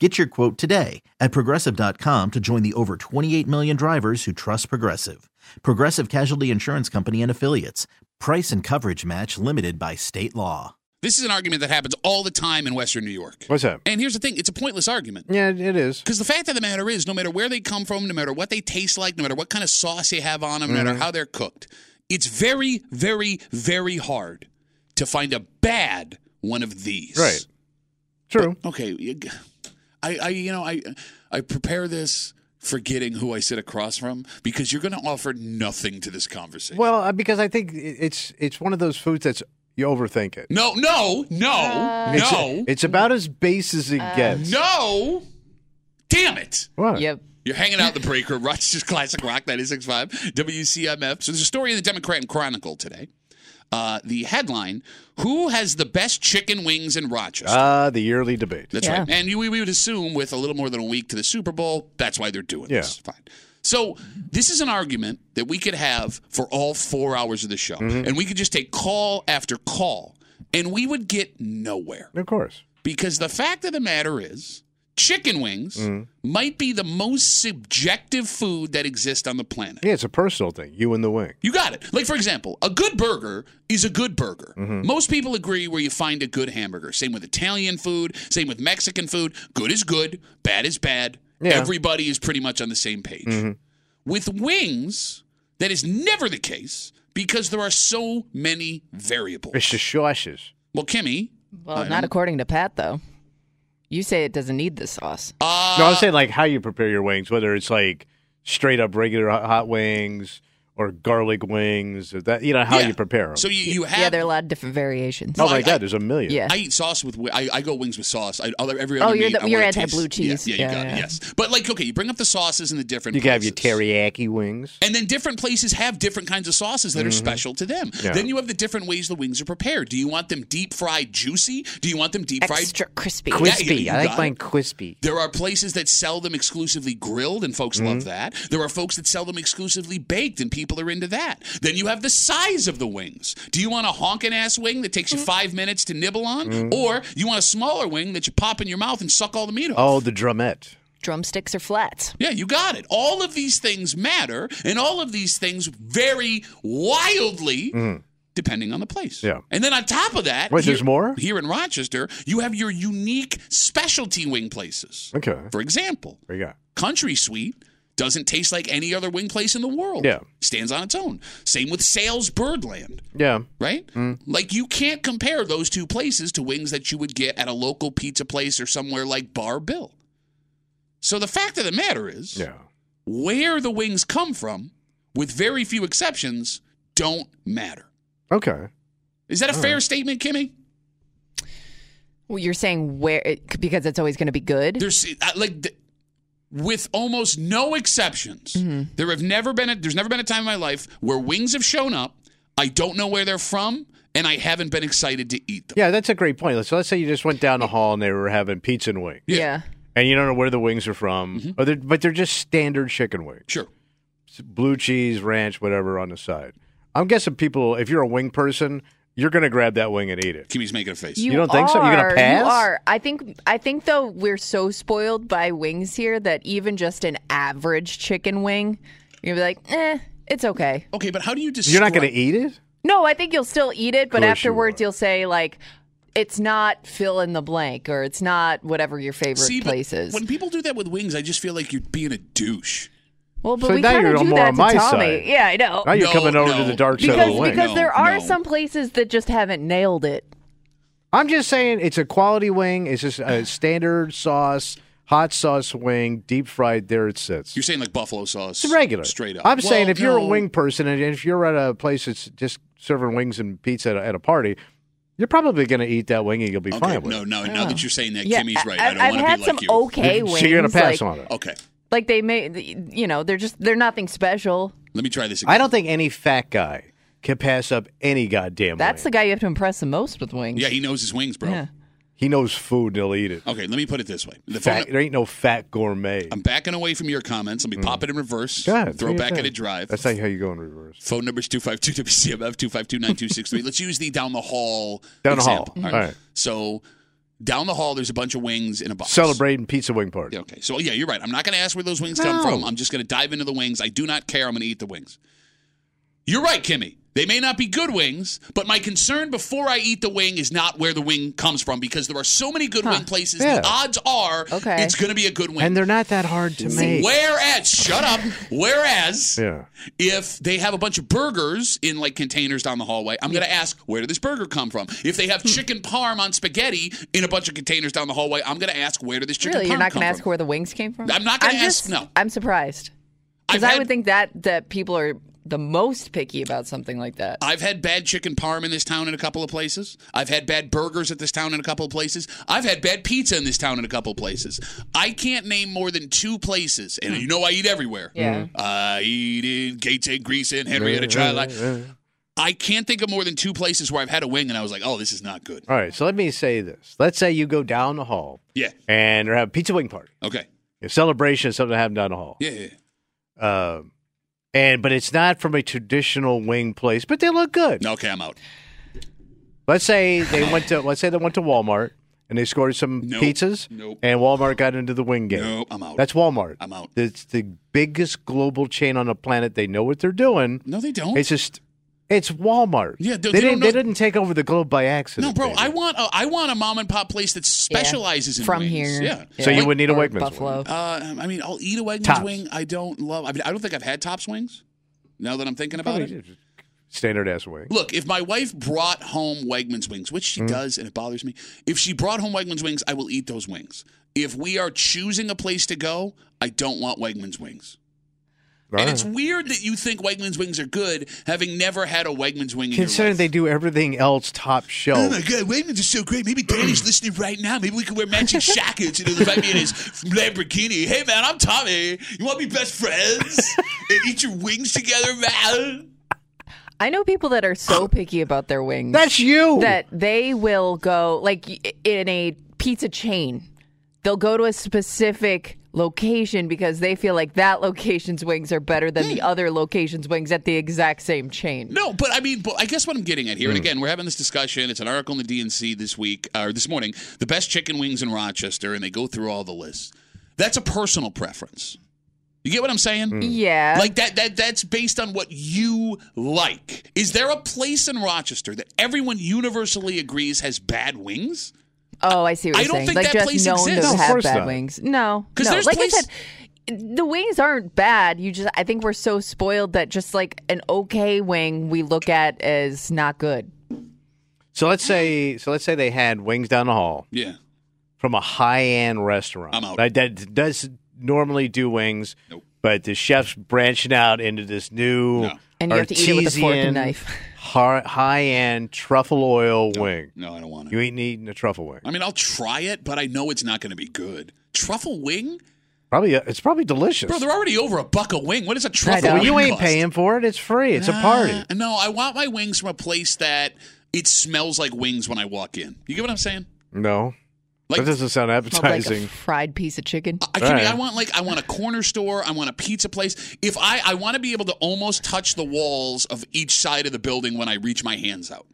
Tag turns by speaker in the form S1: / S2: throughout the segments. S1: Get your quote today at progressive.com to join the over 28 million drivers who trust Progressive. Progressive Casualty Insurance Company and Affiliates. Price and coverage match limited by state law.
S2: This is an argument that happens all the time in Western New York.
S3: What's that?
S2: And here's the thing it's a pointless argument.
S3: Yeah, it it is.
S2: Because the fact of the matter is, no matter where they come from, no matter what they taste like, no matter what kind of sauce they have on them, no
S3: Mm-hmm.
S2: matter how they're cooked, it's very, very, very hard to find a bad one of these.
S3: Right. True.
S2: Okay. you- I, I you know, I, I prepare this forgetting who I sit across from because you're going to offer nothing to this conversation.
S3: well, uh, because I think i- it's it's one of those foods that's you overthink it.
S2: no, no, no,
S3: It's,
S2: no,
S3: Uh,
S2: Uh,
S3: it's about as base as it gets.
S2: no. Damn it.
S3: What?
S4: Yep.
S2: You're hanging out in the break room, Rochester's Classic Rock 96.5, WCMF. So there's a story in the Democrat and Chronicle today. Uh, the headline, Who Has the Best Chicken Wings in Rochester?
S3: Ah, the yearly debate.
S2: That's
S4: Yeah.
S2: right. And you, we would assume with a little more than a week to the Super Bowl, that's why they're doing
S3: Yeah.
S2: this. Fine. So this is an argument that we could have for all four hours of the show.
S3: Mm-hmm.
S2: And we could just take call after call, and we would get nowhere.
S3: Of course.
S2: Because the fact of the matter is, chicken wings
S3: Mm.
S2: might be the most subjective food that exists on the planet.
S3: Yeah, it's a personal thing. You and the wing.
S2: You got it. Like, for example, a good burger is a good burger.
S3: Mm-hmm.
S2: Most people agree where you find a good hamburger. Same with Italian food, same with Mexican food. Good is good, bad is bad.
S3: Yeah. Mm-hmm.
S2: Everybody is pretty much on the same page. With wings, that is never the case because there are so many variables.
S3: It's just shoshes.
S2: Well, Kimmy,
S4: Well,
S2: I
S4: not
S2: don't-
S4: according to Pat, though. You say it doesn't need the sauce.
S2: uh,
S3: no, I'm saying like how you prepare your wings, whether it's like straight up regular hot hot wings or garlic wings, or that you know how
S2: yeah.
S3: you prepare them.
S2: So you, you have
S4: yeah, there are a lot of different variations.
S3: oh
S2: I-
S3: my
S2: I-
S3: god, there's a million.
S4: Yeah.
S2: I eat sauce with. wi- I, I go wings with sauce. I, other every
S4: Oh,
S2: other
S4: you're
S2: meat,
S4: the-
S2: I
S4: you're
S2: wanna
S4: anti-blue
S2: taste- yeah,
S4: cheese.
S2: Yeah, you
S4: Yeah,
S2: got it.
S4: yeah.
S2: Yes, but like okay, you bring up the sauces in the different.
S3: You can have your
S2: places.
S3: teriyaki wings.
S2: And then different places have different kinds of sauces that are special to them.
S3: Mm-hmm. Yeah.
S2: Then you have the different ways the wings are prepared. Do you want them deep fried juicy? Do you want them deep fried?
S4: Extra crispy.
S2: Crispy. you I like got mine it.
S3: crispy.
S2: There are places that sell them exclusively grilled, and folks love
S3: Mm-hmm.
S2: that. There are folks that sell them exclusively baked, and people are into that. Then you have the size of the wings. Do you want a honking ass wing that takes you
S3: Mm-hmm.
S2: five minutes to nibble on, or you want a smaller wing that you pop in your mouth and suck all the meat off?
S3: Oh, the drumette.
S4: Drumsticks or flats.
S2: Yeah, you got it. All of these things matter, and all of these things vary wildly depending on the place.
S3: Mm. Yeah.
S2: And then on top of that,
S3: Wait, there's more?
S2: Here in Rochester, you have your unique specialty wing places.
S3: Okay.
S2: For example,
S3: What you got?
S2: Country Sweet doesn't taste like any other wing place in the world.
S3: Yeah.
S2: Stands on its own. Same with Sales Birdland
S3: Yeah.
S2: right?
S3: Mm.
S2: Like you can't compare those two places to wings that you would get at a local pizza place or somewhere like Bar Bill. So the fact of the matter is,
S3: Yeah.
S2: where the wings come from, with very few exceptions, don't matter.
S3: Okay.
S2: Is that a fair statement, Kimmy?
S4: Well, you're saying where it, because it's always going to be good.
S2: There's uh, like th- with almost no exceptions,
S3: Mm-hmm.
S2: there have never been a, there's never been a time in my life where wings have shown up. I don't know where they're from, and I haven't been excited to eat them.
S3: Yeah, that's a great point. So let's say you just went down the hall and they were having pizza and wings,
S2: Yeah.
S4: yeah.
S3: and you don't know where the wings are from, or they're, but they're just standard chicken wings,
S2: Sure.
S3: blue cheese, ranch, whatever on the side. I'm guessing people, if you're a wing person, you're going to grab that wing and eat it.
S2: Kimmy's making a face.
S3: You don't think so? You're gonna
S4: are-
S3: pass?
S4: You are. I think. I think though we're so spoiled by wings here that even just an average chicken wing, you're gonna be like, eh, it's okay.
S2: Okay, but how do you describe?
S3: You're not going to eat it.
S4: No, I think you'll still eat it, but
S3: Of course you
S4: afterwards
S3: are.
S4: you'll say like it's not fill in the blank or it's not whatever your favorite
S2: See, but
S4: place is.
S2: when people do that with wings, I just feel like you're being a douche.
S4: well, but
S3: So
S4: we
S3: now
S4: kind
S3: you're
S4: of do
S3: more
S4: that
S3: on
S4: to
S3: my
S4: Tommy.
S3: side.
S4: Yeah, I know.
S3: Now you're
S2: No,
S3: coming over
S2: no.
S3: to the dark side of
S4: Oh, because
S3: the wing.
S4: because
S2: No,
S4: there are
S2: no.
S4: some places that just haven't nailed it.
S3: I'm just saying it's a quality wing. It's just a standard sauce, hot sauce wing, deep fried. There it sits.
S2: You're saying like buffalo sauce.
S3: It's regular.
S2: Straight up.
S3: I'm saying
S2: Well,
S3: if you're a
S2: no.
S3: wing person and if you're at a place that's just serving wings and pizza at a, at a party, you're probably going to eat that wing and you'll be
S2: Okay,
S3: fine with
S2: no,
S3: it.
S2: no. Now that you're saying that,
S4: yeah,
S2: Kimmy's right. I,
S4: I,
S2: don't
S4: have
S2: want to
S4: had
S2: be
S4: some
S2: like you.
S4: okay
S3: You're-
S4: wings.
S3: so you're going to pass
S4: like,
S3: on it.
S2: Okay,
S4: Like they may, you know, they're just they're nothing special.
S2: let me try this again.
S3: I don't think any fat guy can pass up any goddamn
S4: That's the
S3: wing.
S4: guy you have to impress the most with wings.
S2: Yeah, he knows his wings, bro.
S4: Yeah.
S3: he knows food and he'll eat it.
S2: Okay, let me put it this way. The phone-
S3: Fat, there ain't no fat gourmet.
S2: I'm backing away from your comments. Let me pop it in reverse.
S3: Go ahead, do
S2: throw
S3: your
S2: back
S3: thing.
S2: at a drive.
S3: That's not how you go in reverse.
S2: Phone numbers 252 WCMF 252 Let's use the down the hall.
S3: Down the hall.
S2: example.
S3: All right.
S2: So down the hall, there's a bunch of wings in a box.
S3: Celebrating pizza wing party.
S2: Yeah, okay. So yeah, you're right. I'm not going to ask where those wings come
S3: No.
S2: from. I'm just going to dive into the wings. I do not care. I'm going to eat the wings. You're right, Kimmy. They may not be good wings, but my concern before I eat the wing is not where the wing comes from because there are so many good wing places.
S3: Yeah.
S2: The odds are
S4: Okay.
S2: it's going to be a good wing.
S3: And they're not that hard to make.
S2: Whereas, shut up. Whereas,
S3: Yeah.
S2: if they have a bunch of burgers in like containers down the hallway, I'm going to ask, where did this burger come from? If they have
S4: Hmm.
S2: chicken parm on spaghetti in a bunch of containers down the hallway, I'm going to ask, where did this chicken
S4: Really,
S2: parm
S4: you're not
S2: come
S4: going to ask
S2: from?
S4: where the wings came from?
S2: I'm not gonna ask,
S4: just-
S2: no.
S4: I'm surprised.
S2: I've
S4: Because I
S2: had-
S4: would think that that people are the most picky about something like that.
S2: I've had bad chicken parm in this town in a couple of places. I've had bad burgers at this town in a couple of places. I've had bad pizza in this town in a couple of places. I can't name more than two places, and you know I eat everywhere.
S4: Hmm.
S2: Mm-hmm.
S4: Yeah.
S2: I eat in Gates and Grease and Henrietta Child. I can't think of more than two places where I've had a wing and I was like, oh, this is not good.
S3: All right. So let me say this. Let's say you go down the hall
S2: Yeah.
S3: and they're having pizza wing party.
S2: Okay.
S3: A celebration of something happened down the hall.
S2: Yeah. yeah.
S3: Um, and but it's not from a traditional wing place, but they look good.
S2: No, okay, I'm out.
S3: Let's say they went to let's say they went to Walmart and they scored some
S2: Nope.
S3: pizzas.
S2: Nope.
S3: And Walmart got into the wing game.
S2: Nope, I'm out.
S3: That's Walmart.
S2: I'm out.
S3: It's the biggest global chain on the planet. They know what they're doing.
S2: No, they don't.
S3: It's just it's Walmart.
S2: Yeah, they-
S3: they,
S2: they don't
S3: didn't they
S2: know-
S3: didn't take over the globe by
S2: no,
S3: accident.
S2: bro.
S3: baby.
S2: I want a, I want a mom and pop place that specializes in
S4: From
S2: wings.
S4: here.
S2: Yeah.
S3: So you would need a
S4: Or
S3: Wegmans wing.
S4: Buffalo.
S2: Uh, I mean, I'll eat a Wegmans
S3: Tops.
S2: wing. I don't love. I mean, I don't think I've had Tops wings. Now that I'm thinking about
S3: Probably
S2: it,
S3: just standard ass wing.
S2: look. If my wife brought home Wegmans wings, which she
S3: Mm-hmm.
S2: does, and it bothers me, if she brought home Wegmans wings, I will eat those wings. If we are choosing a place to go, I don't want Wegmans wings. And it's weird that you think Wegmans wings are good, having never had a Wegmans wing. In your
S3: Considering
S2: life.
S3: they do everything else top shelf.
S2: Oh my God, Wegmans is so great. Maybe Danny's listening right now. Maybe we can wear matching jackets and he'll invite me in his Lamborghini. Hey, man, I'm Tommy. You want to be best friends and eat your wings together, man?
S4: I know people that are so picky about their wings
S3: That's you.
S4: that they will go like y- in a pizza chain. They'll go to a specific location because they feel like that location's wings are better than the other location's wings at the exact same chain.
S2: Hmm. No, but I mean, but I guess what I'm getting at here, and again, we're having this discussion. It's an article in the DNC this week or this morning. The best chicken wings in Rochester, and they go through all the lists. That's a personal preference. You get what I'm saying?
S4: Yeah.
S2: Like that that that's based on what you like. Is there a place in Rochester that everyone universally agrees has bad wings?
S4: Oh, I see what
S2: I
S4: you're
S2: don't
S4: saying.
S2: think
S4: like
S2: that
S4: just
S2: place
S4: known
S2: exists.
S4: to
S2: No, of
S4: have
S3: course
S4: bad
S3: not.
S4: wings. No,
S2: 'Cause
S4: no.
S2: there's
S4: like
S2: place-
S4: I said, the wings aren't bad. You just, I think we're so spoiled that just like an okay wing we look at as not good.
S3: So let's say so let's say they had wings down the hall
S2: Yeah.
S3: from a high end restaurant.
S2: I'm out.
S3: That, that does normally do wings,
S2: Nope.
S3: but the chef's branching out into this new
S2: No.
S4: And you have to eat it with a fork and
S3: artesian,
S4: knife.
S3: High end truffle oil wing.
S2: No, I don't want
S3: You
S2: it.
S3: ain't eating a truffle wing.
S2: I mean, I'll try it, but I know it's not going to be good. Truffle wing?
S3: Probably uh, it's probably delicious.
S2: Bro, they're already over a buck a wing. What is a truffle
S4: know.
S3: Well,
S2: wing?
S3: you ain't
S2: cost?
S3: paying for it. It's free. It's a party.
S2: Ah, no, I want my wings from a place that it smells like wings when I walk in. You get what I'm saying?
S3: No,
S2: Like-
S3: that doesn't sound
S4: Smelled like a
S3: appetizing.
S4: fried piece of chicken.
S2: I, can,
S3: Right.
S2: I want like I want a corner store. I want a pizza place. If I I want to be able to almost touch the walls of each side of the building when I reach my hands out.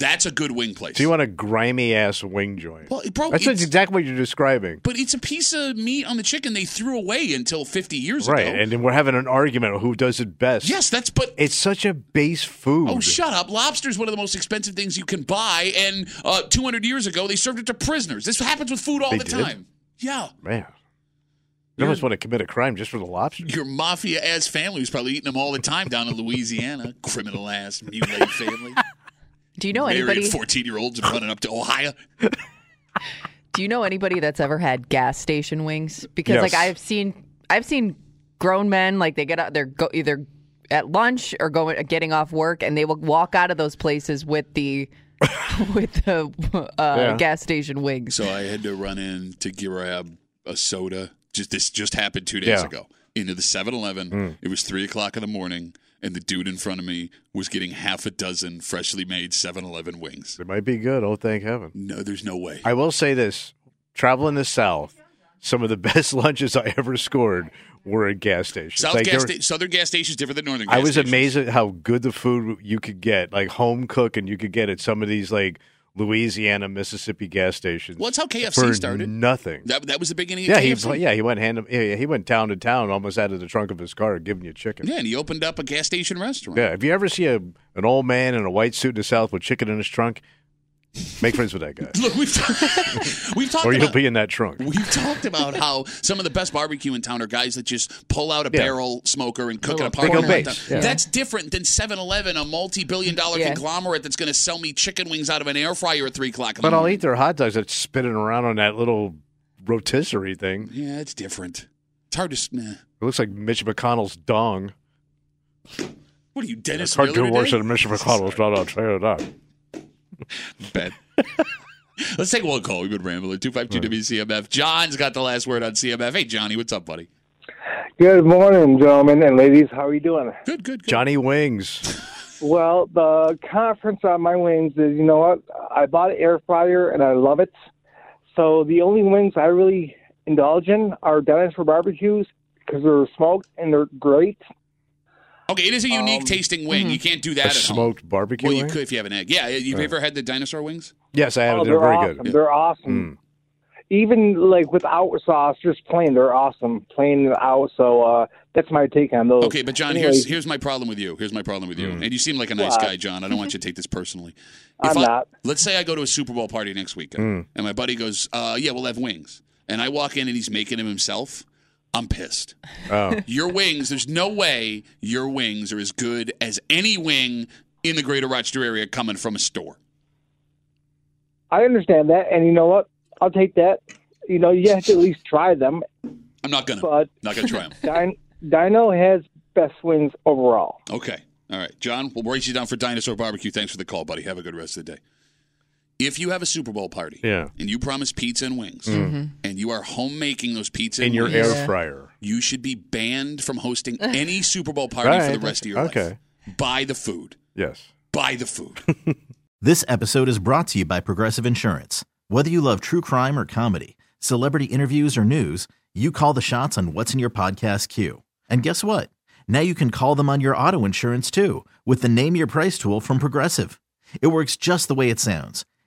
S2: That's a good wing place.
S3: So you want a grimy ass wing joint?
S2: Well, bro,
S3: that's
S2: it's-
S3: exactly what you're describing,
S2: but it's a piece of meat on the chicken they threw away until 50 years
S3: right?
S2: ago.
S3: And then we're having an argument of who does it best.
S2: yes, that's but
S3: it's such a base food.
S2: Oh, shut up. Lobster is one of the most expensive things you can buy. And uh, 200 years ago, they served it to prisoners. This happens with food all
S3: They
S2: the
S3: did?
S2: time. Yeah.
S3: man! You almost want to commit a crime just for the lobster.
S2: Your mafia ass family was probably eating them all the time down in Louisiana. Criminal ass, mutilated family.
S4: Do you know
S2: Married
S4: anybody?
S2: 14 year olds and running up to Ohio.
S4: Do you know anybody that's ever had gas station wings? Because
S3: Yes.
S4: like I've seen, I've seen grown men like they get out, they're go, either at lunch or going getting off work, and they will walk out of those places with the with the uh,
S3: Yeah.
S4: gas station wings.
S2: So I had to run in to grab a soda. Just This just happened two days
S3: Yeah. Mm.
S2: ago. Into the 7 Eleven. It was 3 o'clock in the morning. And the dude in front of me was getting half a dozen freshly made 7 Eleven wings.
S3: It might be good. Oh, thank heaven!
S2: No, there's no way.
S3: I will say this: traveling the South, some of the best lunches I ever scored were at gas stations.
S2: South
S3: Like,
S2: gas
S3: there-
S2: sta- Southern gas stations different than northern. Gas
S3: I was
S2: stations.
S3: amazed at how good the food you could get, like home cook, and you could get at some of these like Louisiana, Mississippi gas stations.
S2: Well, that's how KFC
S3: for
S2: started.
S3: Nothing.
S2: That, that was the beginning of
S3: yeah, he
S2: KFC.
S3: pla- yeah he went hand yeah, he went town to town, almost out of the trunk of his car, giving you chicken.
S2: Yeah, and he opened up a gas station restaurant.
S3: Yeah, if you ever see a an old man in a white suit in the South with chicken in his trunk, make friends with that guy,
S2: Look, we've, we've talked
S3: or you'll
S2: about
S3: be in that trunk.
S2: we've talked about how some of the best barbecue in town are guys that just pull out a
S3: Yeah.
S2: barrel smoker and cook in a
S3: They go
S2: parking lot.
S3: base, yeah.
S2: That's different than 7-Eleven, a multi-billion-dollar
S4: Yeah.
S2: conglomerate that's going to sell me chicken wings out of an air fryer at three o'clock. In
S3: But
S2: the
S3: I'll
S2: morning.
S3: eat their hot dogs that's spinning around on that little rotisserie thing.
S2: Yeah, it's different. It's hard to. s- Nah.
S3: It looks like Mitch McConnell's dong.
S2: What are you, Dennis?
S3: It's hard
S2: Miller
S3: to worse
S2: today?
S3: than Mitch McConnell's dong. I'll tell you that.
S2: bet. Let's take one call. We've been rambling. 252 WCMF. John's got the last word on CMF. Hey, Johnny, what's up, buddy?
S5: Good morning, gentlemen and ladies. How are you doing?
S2: Good, good, good.
S3: Johnny Wings.
S5: Well, the conference on my wings is you know what? I bought an air fryer and I love it. So the only wings I really indulge in are Dennis for barbecues because they're smoked and they're great.
S2: Okay, it is a unique
S3: Um,
S2: tasting wing.
S3: mm-hmm.
S2: You can't do that
S3: A
S2: at home.
S3: smoked barbecue
S2: Well, you
S3: wing?
S2: could if you have an egg. Yeah, you've ever had the dinosaur wings?
S3: Yes, I have.
S5: oh,
S3: They're, very
S5: awesome.
S3: good. Mm.
S5: They're awesome. Even like without sauce, just plain, they're awesome. Plain and out. So uh, that's my take on those.
S2: Okay, but John, here's here's my problem with you. Here's my problem with you. And you seem like a nice
S5: What?
S2: guy, John. I don't want you to take this personally.
S5: I'm
S2: I,
S5: not.
S2: Let's say I go to a Super Bowl party next weekend, and my buddy goes, uh, "Yeah, we'll have wings." And I walk in, and he's making them himself. I'm pissed.
S3: Oh.
S2: Your wings, there's no way your wings are as good as any wing in the greater Rochester area coming from a store.
S5: I understand that, and you know what? I'll take that. You know, you have to at least try them.
S2: I'm not gonna,
S5: But
S2: not gonna try them.
S5: Din- Dino has best wings overall.
S2: Okay. All right, John, we'll raise you down for Dinosaur Barbecue. Thanks for the call, buddy. Have a good rest of the day. If you have a Super Bowl party
S3: Yeah. Mm-hmm.
S2: and you promise pizza and wings and you are homemaking those pizza
S3: Oh. In
S2: and
S3: your
S2: wings,
S3: air fryer.
S2: you should be banned from hosting any Super Bowl party
S3: All
S2: for the
S3: right.
S2: rest of your life.
S3: Okay.
S2: Buy the food.
S3: Yes.
S2: Buy the food.
S1: This episode is brought to you by Progressive Insurance. Whether you love true crime or comedy, celebrity interviews or news, you call the shots on what's in your podcast queue. And guess what? Now you can call them on your auto insurance too with the Name Your Price tool from Progressive. It works just the way it sounds.